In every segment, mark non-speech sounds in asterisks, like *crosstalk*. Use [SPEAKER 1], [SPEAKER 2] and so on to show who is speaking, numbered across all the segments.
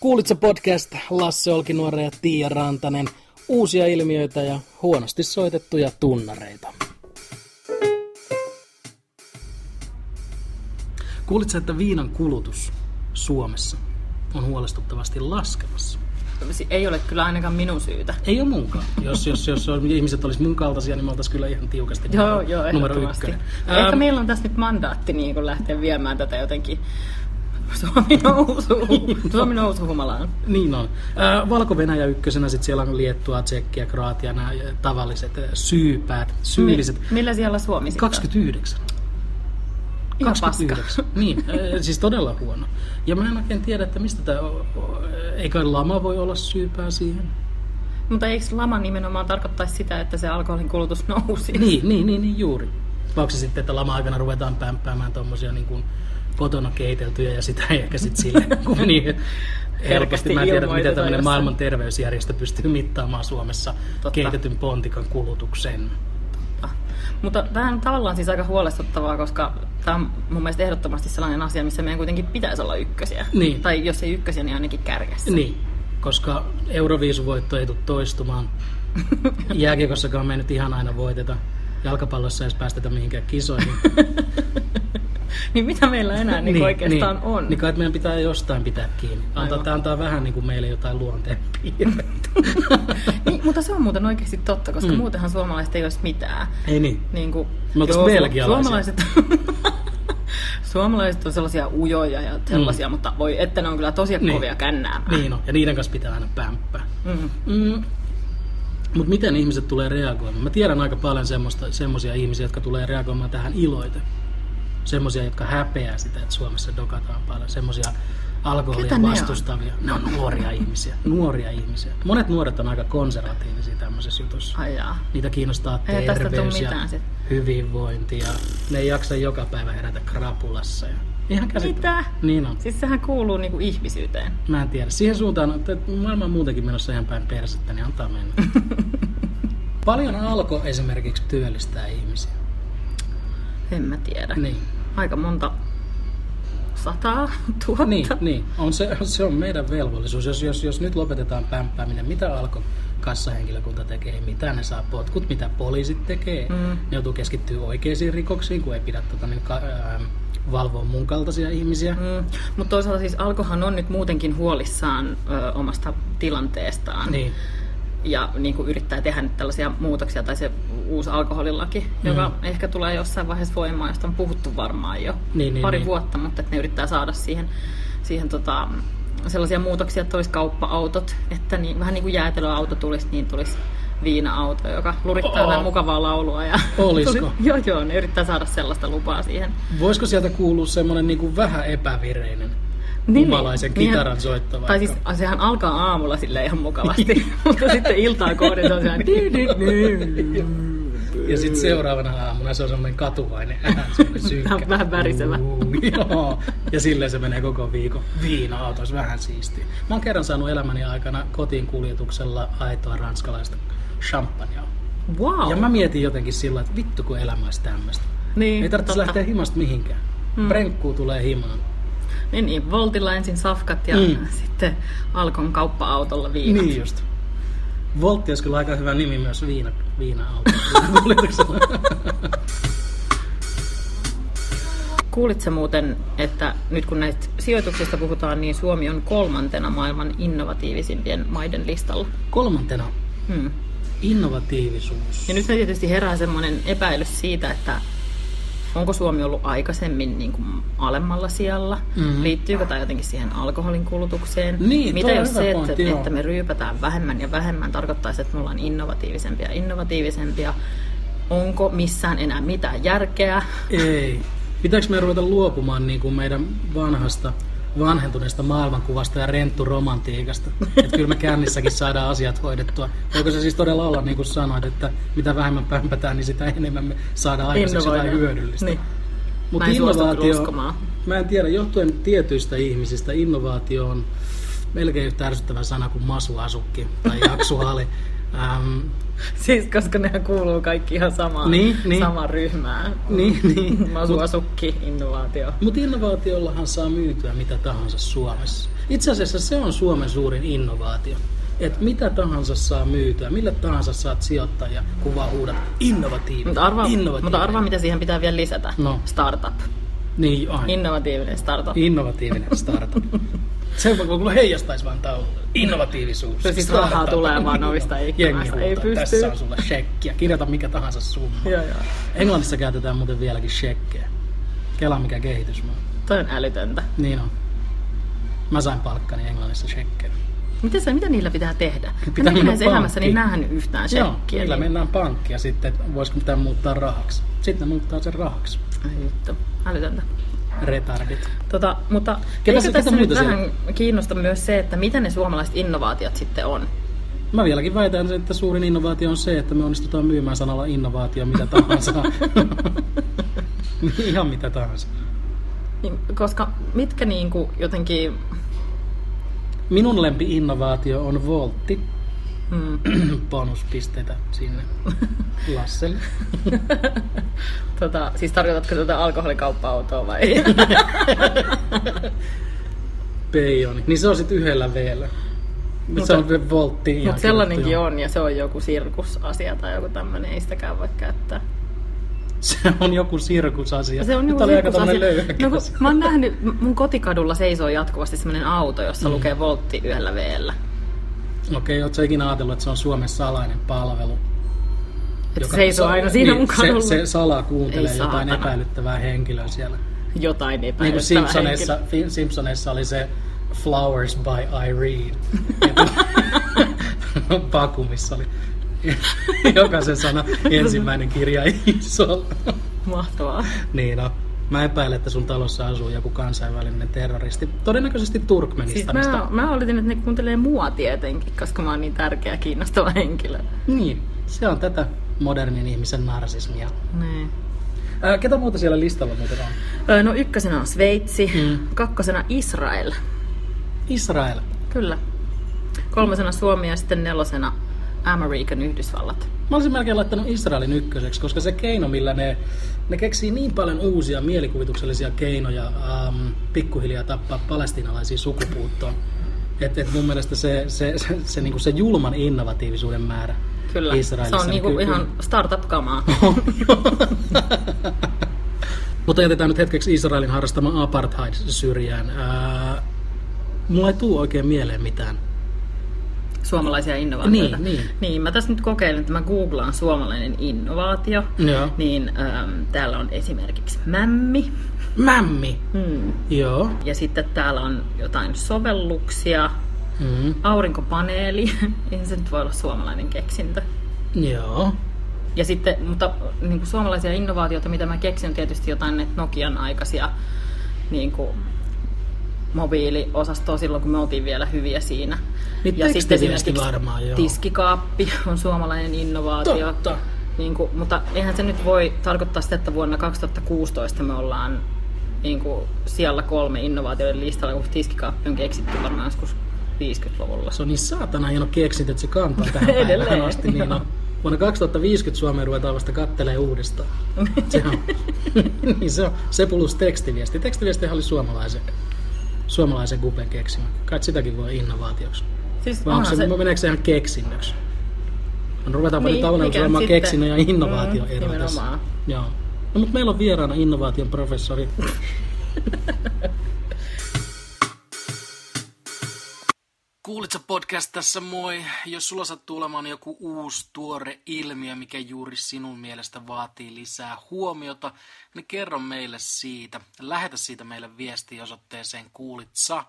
[SPEAKER 1] Kuulitse podcast Lasse Olkinuore ja Tiia Rantanen. Uusia ilmiöitä ja huonosti soitettuja tunnareita. Kuulitse, että viinan kulutus Suomessa on huolestuttavasti laskemassa?
[SPEAKER 2] Si- Ei ole kyllä ainakaan minun syytä.
[SPEAKER 1] Ei ole munkaan. Jos, jos, jos on- ihmiset olisi mun kaltaisia, niin me oltaisiin kyllä ihan tiukasti
[SPEAKER 2] Joo,
[SPEAKER 1] numero-
[SPEAKER 2] joo,
[SPEAKER 1] numero
[SPEAKER 2] ehdottomasti.
[SPEAKER 1] ykkönen.
[SPEAKER 2] Ehkä
[SPEAKER 1] Ähm,
[SPEAKER 2] meillä on tässä nyt mandaatti niin kun lähteä viemään tätä jotenkin Suomi nousu,
[SPEAKER 1] *laughs*
[SPEAKER 2] Suomi nousu humalaan.
[SPEAKER 1] Niin on. Äh, Valko-Venäjä ykkösenä, sitten siellä on Liettua, Tsekkiä, Kroatia, nämä äh, tavalliset äh,
[SPEAKER 2] Niin.
[SPEAKER 1] syypäät, syylliset.
[SPEAKER 2] Mi- millä siellä Suomi sitten on?
[SPEAKER 1] 29.
[SPEAKER 2] Ihan paska. *laughs*
[SPEAKER 1] 29. Niin, äh, siis todella huono. Ja mä en oikein tiedä, että mistä tämä... Ei kai lama voi olla syypää siihen.
[SPEAKER 2] Mutta eikö lama nimenomaan tarkoittaisi sitä, että se alkoholin kulutus nousi?
[SPEAKER 1] Niin, niin, niin, niin juuri. Vaikka sitten, että lama-aikana ruvetaan pämppäämään tuommoisia niin kuin kotona keiteltyjä ja sitä ei ehkä sitten
[SPEAKER 2] *laughs*
[SPEAKER 1] silleen kun niin helposti. Mä en tiedä, miten
[SPEAKER 2] ilmoitetaan
[SPEAKER 1] tämmöinen
[SPEAKER 2] jossain.
[SPEAKER 1] maailman terveysjärjestö pystyy mittaamaan Suomessa
[SPEAKER 2] Totta.
[SPEAKER 1] keitetyn pontikan kulutuksen.
[SPEAKER 2] Mutta tämä on tavallaan siis aika huolestuttavaa, koska tämä on mun mielestä ehdottomasti sellainen asia, missä meidän kuitenkin pitäisi olla ykkösiä.
[SPEAKER 1] Niin.
[SPEAKER 2] Tai jos ei ykkösiä, niin ainakin kärjessä.
[SPEAKER 1] Niin, koska Euroviisuvoitto ei tule
[SPEAKER 2] *laughs*
[SPEAKER 1] toistumaan. Jääkiekossakaan me ei nyt ihan aina voiteta. Jalkapallossa ei edes päästetä mihinkään
[SPEAKER 2] *laughs*
[SPEAKER 1] kisoihin.
[SPEAKER 2] niin mitä meillä enää niin, niin oikeastaan
[SPEAKER 1] niin,
[SPEAKER 2] on?
[SPEAKER 1] Niin kai että meidän pitää jostain pitää kiinni. Antaa,
[SPEAKER 2] Aivan.
[SPEAKER 1] tämä antaa vähän niin kuin meille jotain luonteen piirrettä.
[SPEAKER 2] niin, mutta se on muuten oikeasti totta, koska mm. muutenhan suomalaiset ei olisi mitään.
[SPEAKER 1] *laughs* ei niin.
[SPEAKER 2] Niin kuin,
[SPEAKER 1] Me oltais belgialaisia.
[SPEAKER 2] Suomalaiset, *laughs* suomalaiset on sellaisia ujoja ja sellaisia, mm. mutta voi että ne on kyllä tosi
[SPEAKER 1] Niin.
[SPEAKER 2] niin. kovia kännäämään.
[SPEAKER 1] Niin on. Ja niiden kanssa pitää aina pämppää.
[SPEAKER 2] Mm.
[SPEAKER 1] Mm. Mutta miten ihmiset tulee reagoimaan? Mä tiedän aika paljon semmoista, semmoisia ihmisiä, jotka tulee reagoimaan tähän iloita. Semmoisia, jotka häpeää sitä, että Suomessa dokataan paljon. Semmoisia alkoholia
[SPEAKER 2] Ketä ne on?
[SPEAKER 1] vastustavia. Ne on nuoria ihmisiä. Nuoria ihmisiä. Monet nuoret on aika konservatiivisia tämmöisessä jutussa.
[SPEAKER 2] Ai jaa.
[SPEAKER 1] Niitä kiinnostaa
[SPEAKER 2] Ei tästä tuu
[SPEAKER 1] terveys ja
[SPEAKER 2] mitään sit.
[SPEAKER 1] hyvinvointi. Ja ne ei jaksa joka päivä herätä krapulassa. Ja... Ihan käsittää.
[SPEAKER 2] Mitä?
[SPEAKER 1] Niin on.
[SPEAKER 2] Siis sehän kuuluu niinku ihmisyyteen.
[SPEAKER 1] Mä en tiedä. Siihen suuntaan, että maailma on muutenkin menossa ihan päin persettä, niin antaa mennä. Paljon alko esimerkiksi työllistää ihmisiä.
[SPEAKER 2] En mä tiedä.
[SPEAKER 1] Niin.
[SPEAKER 2] Aika monta sataa *laughs* tuhatta.
[SPEAKER 1] Niin, niin. On se, se, on meidän velvollisuus. Jos, jos, jos nyt lopetetaan pämppääminen, mitä alko kassahenkilökunta tekee, mitä ne saa potkut, mitä poliisit tekee. Mm. Ne joutuu keskittyä oikeisiin rikoksiin, kun ei pidä tota, niin, ka, ää, valvoa mun kaltaisia ihmisiä. Mm.
[SPEAKER 2] Mm, mutta toisaalta siis Alkohan on nyt muutenkin huolissaan ö, omasta tilanteestaan
[SPEAKER 1] Niin.
[SPEAKER 2] ja niin kuin yrittää tehdä nyt tällaisia muutoksia tai se uusi alkoholilaki, mm. joka ehkä tulee jossain vaiheessa voimaan, josta on puhuttu varmaan jo
[SPEAKER 1] Niin, niin,
[SPEAKER 2] pari
[SPEAKER 1] niin.
[SPEAKER 2] vuotta, mutta että ne yrittää saada siihen, siihen tota, sellaisia muutoksia, että olisi kauppa-autot, että niin, vähän niin kuin jäätelöauto tulisi, niin tulisi viina-auto, joka lurittaa
[SPEAKER 1] Oo.
[SPEAKER 2] vähän mukavaa laulua. Ja
[SPEAKER 1] Oh. *laughs* Olisiko?
[SPEAKER 2] *laughs* joo, joo, ne yrittää saada sellaista lupaa siihen.
[SPEAKER 1] Voisiko sieltä kuulua semmoinen niin kuin vähän epävireinen humalaisen kitaran soitto
[SPEAKER 2] Niin, Tai
[SPEAKER 1] vaikka?
[SPEAKER 2] siis a, sehän alkaa aamulla sille ihan mukavasti, *laughs* mutta sitten iltaa kohden se
[SPEAKER 1] *laughs*
[SPEAKER 2] on sehän...
[SPEAKER 1] Ja sitten seuraavana aamuna se on semmoinen katuvainen ääni, semmoinen
[SPEAKER 2] *laughs*
[SPEAKER 1] synkkä.
[SPEAKER 2] Vähän- vähän värisevä.
[SPEAKER 1] Uu, Joo. Ja silleen se menee koko viikon. Viina-autos, vähän siistiä. Mä oon kerran saanut elämäni aikana kotiin kuljetuksella aitoa ranskalaista champagnea.
[SPEAKER 2] Wow.
[SPEAKER 1] Ja mä mietin jotenkin sillä, että vittu kun elämä olisi tämmöistä.
[SPEAKER 2] niin,
[SPEAKER 1] Ei tarvitsisi
[SPEAKER 2] totta. Hmm.
[SPEAKER 1] lähteä himasta mihinkään. Mm. Prenkkuu tulee himaan.
[SPEAKER 2] Niin, niin, Voltilla ensin safkat ja
[SPEAKER 1] Mm.
[SPEAKER 2] mm. sitten Alkon kauppa-autolla viinat.
[SPEAKER 1] Niin just. Voltti olisi kyllä aika hyvä nimi myös viina,
[SPEAKER 2] *laughs*
[SPEAKER 1] viina-auto. Kuljetuksella.
[SPEAKER 2] Kuulitko muuten, että nyt kun näistä sijoituksista puhutaan, niin Suomi on kolmantena maailman innovatiivisimpien maiden listalla.
[SPEAKER 1] Kolmantena
[SPEAKER 2] Hmm.
[SPEAKER 1] innovatiivisuus.
[SPEAKER 2] Ja nyt me tietysti herää semmoinen epäilys siitä, että onko Suomi ollut aikaisemmin niin kuin alemmalla sijalla?
[SPEAKER 1] Mhm.
[SPEAKER 2] Mm. Liittyykö tämä jotenkin siihen alkoholin kulutukseen?
[SPEAKER 1] Niin,
[SPEAKER 2] Mitä
[SPEAKER 1] toi on
[SPEAKER 2] jos
[SPEAKER 1] hyvä
[SPEAKER 2] se, että,
[SPEAKER 1] pointti, joo.
[SPEAKER 2] että me ryypätään vähemmän ja vähemmän, tarkoittaisi, että me ollaan innovatiivisempia ja innovatiivisempia? Onko missään enää mitään järkeä?
[SPEAKER 1] Ei. Pitääkö me ruveta luopumaan niin kuin meidän vanhasta, vanhentuneesta maailmankuvasta ja rentturomantiikasta? Että kyllä me kännissäkin saadaan asiat hoidettua. Voiko se siis todella olla, niin kuin sanoit, että mitä vähemmän pämpätään, niin sitä enemmän me saadaan aikaiseksi jotain
[SPEAKER 2] Innovoidaan.
[SPEAKER 1] hyödyllistä.
[SPEAKER 2] Niin.
[SPEAKER 1] Mut
[SPEAKER 2] Mä en suostu kyllä uskomaan. *laughs*
[SPEAKER 1] Mä en tiedä, johtuen tietyistä ihmisistä innovaatio on *laughs* melkein yhtä ärsyttävä sana kuin masuasukki tai jaksuhali. Ähm,
[SPEAKER 2] siis koska nehän kuuluu kaikki ihan samaan,
[SPEAKER 1] Niin, niin.
[SPEAKER 2] samaan ryhmään.
[SPEAKER 1] Niin,
[SPEAKER 2] *laughs*
[SPEAKER 1] niin.
[SPEAKER 2] Masuasukki, innovaatio.
[SPEAKER 1] Mutta innovaatiollahan saa myytyä mitä tahansa Suomessa. Itse asiassa se on Suomen suurin innovaatio. Et mitä tahansa saa myytyä, millä tahansa saat sijoittaja, kun vaan huudat innovatiivinen.
[SPEAKER 2] Mutta arvaa,
[SPEAKER 1] innovatiivinen.
[SPEAKER 2] mutta arvaa, mitä siihen pitää vielä lisätä.
[SPEAKER 1] No.
[SPEAKER 2] Startup.
[SPEAKER 1] Niin, aina.
[SPEAKER 2] Innovatiivinen startup.
[SPEAKER 1] Innovatiivinen
[SPEAKER 2] *laughs*
[SPEAKER 1] startup. Se voi kyllä heijastaisi vaan taululle. Innovatiivisuus.
[SPEAKER 2] Se siis rahaa
[SPEAKER 1] Startup.
[SPEAKER 2] tulee vaan ovista ikkunasta.
[SPEAKER 1] Jengi
[SPEAKER 2] Ei
[SPEAKER 1] huutaa,
[SPEAKER 2] pysty.
[SPEAKER 1] Tässä on sulle shekkiä. Kirjoita mikä tahansa summa.
[SPEAKER 2] joo, joo.
[SPEAKER 1] Englannissa käytetään muuten vieläkin shekkejä. Kela mikä kehitysmaa.
[SPEAKER 2] Toi on älytöntä.
[SPEAKER 1] Niin on. Mä sain palkkani Englannissa shekkejä.
[SPEAKER 2] Miten se, mitä niillä pitää tehdä?
[SPEAKER 1] Pitää
[SPEAKER 2] Pitää Mä en
[SPEAKER 1] mennä
[SPEAKER 2] ikinä elämässäni
[SPEAKER 1] pankkiin.
[SPEAKER 2] nähnyt niin yhtään
[SPEAKER 1] Joo,
[SPEAKER 2] shekkiä.
[SPEAKER 1] niillä
[SPEAKER 2] niin-
[SPEAKER 1] mennään pankkiin ja sitten, että voisiko tämä muuttaa rahaksi. Sitten ne muuttaa sen rahaksi.
[SPEAKER 2] Ai vittu, älytöntä.
[SPEAKER 1] Retardit.
[SPEAKER 2] Tota, mutta
[SPEAKER 1] Ketä
[SPEAKER 2] eikö
[SPEAKER 1] se- ketä
[SPEAKER 2] tässä nyt
[SPEAKER 1] muita
[SPEAKER 2] vähän kiinnosta myös se, että mitä ne suomalaiset innovaatiot sitten on?
[SPEAKER 1] Mä vieläkin väitän, että suurin innovaatio on se, että me onnistutaan myymään sanalla innovaatio mitä tahansa. Ihan mitä tahansa.
[SPEAKER 2] Niin, koska mitkä niinku jotenkin...
[SPEAKER 1] Minun lempi-innovaatio on voltti. *clears throat*
[SPEAKER 2] Mm,
[SPEAKER 1] Bonuspisteitä sinne Lasselle.
[SPEAKER 2] tota, siis tarkoitatko tätä alkoholikauppa-autoa vai?
[SPEAKER 1] Niin,
[SPEAKER 2] *laughs*
[SPEAKER 1] Peijoni. Niin se on sitten yhdellä vielä. Mutta se
[SPEAKER 2] Mutta-
[SPEAKER 1] on voltti. ihan
[SPEAKER 2] Mutta
[SPEAKER 1] kirjoitettu,
[SPEAKER 2] sellainenkin
[SPEAKER 1] joo.
[SPEAKER 2] on ja se on joku sirkusasia tai joku tämmöinen, ei sitäkään voi käyttää.
[SPEAKER 1] Se on joku sirkusasia.
[SPEAKER 2] Se on
[SPEAKER 1] Nyt
[SPEAKER 2] joku
[SPEAKER 1] oli aika tommonen
[SPEAKER 2] sirkusasia.
[SPEAKER 1] löyhäkin
[SPEAKER 2] No, kun
[SPEAKER 1] asia.
[SPEAKER 2] mä oon nähnyt, m- mun kotikadulla seisoo jatkuvasti semmoinen auto,
[SPEAKER 1] Mm.
[SPEAKER 2] jossa lukee voltti yhdellä veellä.
[SPEAKER 1] Okei, ootko sä ikinä ajatellut, että se on Suomen salainen palvelu? niin,
[SPEAKER 2] Että se seisoo aina siinä mun kadulla.
[SPEAKER 1] se, se salaa kuuntelee
[SPEAKER 2] Ei
[SPEAKER 1] jotain
[SPEAKER 2] saatana.
[SPEAKER 1] epäilyttävää henkilöä siellä. Niin
[SPEAKER 2] Jotain
[SPEAKER 1] kuin
[SPEAKER 2] epäilyttävää
[SPEAKER 1] Simpsoneissa, Fi- Simpsoneissa oli se Flowers by Irene. *laughs* Paku, missä oli jokaisen sana ensimmäinen kirja iso.
[SPEAKER 2] henkilöä. Mahtavaa.
[SPEAKER 1] niin no. Mä epäilen, että sun talossa asuu joku kansainvälinen terroristi. Todennäköisesti
[SPEAKER 2] Siis
[SPEAKER 1] Turkmenistanista.
[SPEAKER 2] mä, mä oletin, että ne kuuntelee mua tietenkin, koska mä oon niin tärkeä kiinnostava henkilö.
[SPEAKER 1] Niin, se on tätä modernin ihmisen narsismia.
[SPEAKER 2] Niin.
[SPEAKER 1] Ää, ketä muuta siellä listalla muuten on?
[SPEAKER 2] Öö, No ykkösenä on Sveitsi,
[SPEAKER 1] Mm.
[SPEAKER 2] kakkosena Israel,
[SPEAKER 1] Israel.
[SPEAKER 2] kyllä. Kolmosena Suomi ja sitten nelosena Amerikan Yhdysvallat.
[SPEAKER 1] Mä olisin melkein laittanut Israelin ykköseksi, koska se keino, millä ne, ne keksii niin paljon uusia mielikuvituksellisia keinoja ähm, pikkuhiljaa tappaa palestinalaisia sukupuuttoon. Et, et mun mielestä se, se, se, se, se, niinku se julman innovatiivisuuden määrä
[SPEAKER 2] Kyllä,
[SPEAKER 1] Israelissa.
[SPEAKER 2] se on
[SPEAKER 1] niin
[SPEAKER 2] niinku
[SPEAKER 1] ky-
[SPEAKER 2] ihan startup-kamaa.
[SPEAKER 1] Mutta jätetään nyt hetkeksi Israelin harrastama apartheid syrjään. Ää, mulla ei tuu oikein mieleen mitään.
[SPEAKER 2] Suomalaisia innovaatioita.
[SPEAKER 1] Niin, niin.
[SPEAKER 2] niin, mä tässä nyt kokeilen, että mä googlaan suomalainen innovaatio.
[SPEAKER 1] Joo.
[SPEAKER 2] Niin äm, täällä on esimerkiksi mämmi.
[SPEAKER 1] Mämmi.
[SPEAKER 2] Mm.
[SPEAKER 1] Joo.
[SPEAKER 2] Ja sitten täällä on jotain sovelluksia,
[SPEAKER 1] Mm.
[SPEAKER 2] aurinkopaneeli. *laughs* Ei se nyt voi olla suomalainen keksintö.
[SPEAKER 1] Joo.
[SPEAKER 2] Ja sitten, mutta niin kuin suomalaisia innovaatioita, mitä mä keksin, on tietysti jotain näitä Nokian aikaisia niin kuin, mobiiliosastoa silloin, kun me oltiin vielä hyviä siinä.
[SPEAKER 1] Niin
[SPEAKER 2] ja sitten
[SPEAKER 1] tekstiviesti
[SPEAKER 2] esimerkiksi
[SPEAKER 1] varmaan, joo.
[SPEAKER 2] tiskikaappi *laughs* on suomalainen innovaatio.
[SPEAKER 1] Totta.
[SPEAKER 2] Niin kuin, mutta eihän se nyt voi tarkoittaa sitä, että vuonna 2016 me ollaan niin kuin, siellä kolme innovaatioiden listalla, kun tiskikaappi on keksitty varmaan joskus 50-luvulla.
[SPEAKER 1] Se on niin saatana hieno keksintö, että se kantaa tähän
[SPEAKER 2] Edelleen,
[SPEAKER 1] päivään asti. Niin
[SPEAKER 2] joo.
[SPEAKER 1] on. Vuonna 2050 Suomeen ruvetaan vasta kattelee
[SPEAKER 2] *laughs*
[SPEAKER 1] uudestaan. Se on, *laughs* niin se, on, se plus tekstiviesti. Tekstiviestihän oli suomalaisen, suomalaisen Guben keksimä. Kai sitäkin voi innovaatioksi.
[SPEAKER 2] Siis
[SPEAKER 1] Vai onko
[SPEAKER 2] onhan
[SPEAKER 1] se,
[SPEAKER 2] se,
[SPEAKER 1] meneekö se ihan keksinnöksi? No, ruvetaanpa
[SPEAKER 2] Niin,
[SPEAKER 1] niin, nyt
[SPEAKER 2] mikä nyt
[SPEAKER 1] aunelma
[SPEAKER 2] sitten?
[SPEAKER 1] keksinnön ja innovaatio
[SPEAKER 2] Mm,
[SPEAKER 1] mm, tässä.
[SPEAKER 2] nimenomaan.
[SPEAKER 1] Joo. No, mutta meillä on vieraana innovaation professori. Kuulitko podcast tässä moi? Jos sulla sattuu olemaan joku uusi tuore ilmiö, mikä juuri sinun mielestä vaatii lisää huomiota, niin kerro meille siitä. Lähetä siitä meille viesti osoitteeseen kuulitsa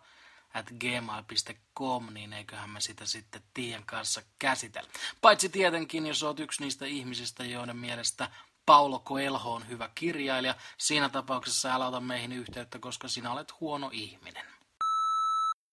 [SPEAKER 1] at gmail.com, niin eiköhän me sitä sitten Tiian kanssa käsitellä. Paitsi tietenkin, jos oot yksi niistä ihmisistä, joiden mielestä Paulo Coelho on hyvä kirjailija, siinä tapauksessa älä ota meihin yhteyttä, koska sinä olet huono ihminen.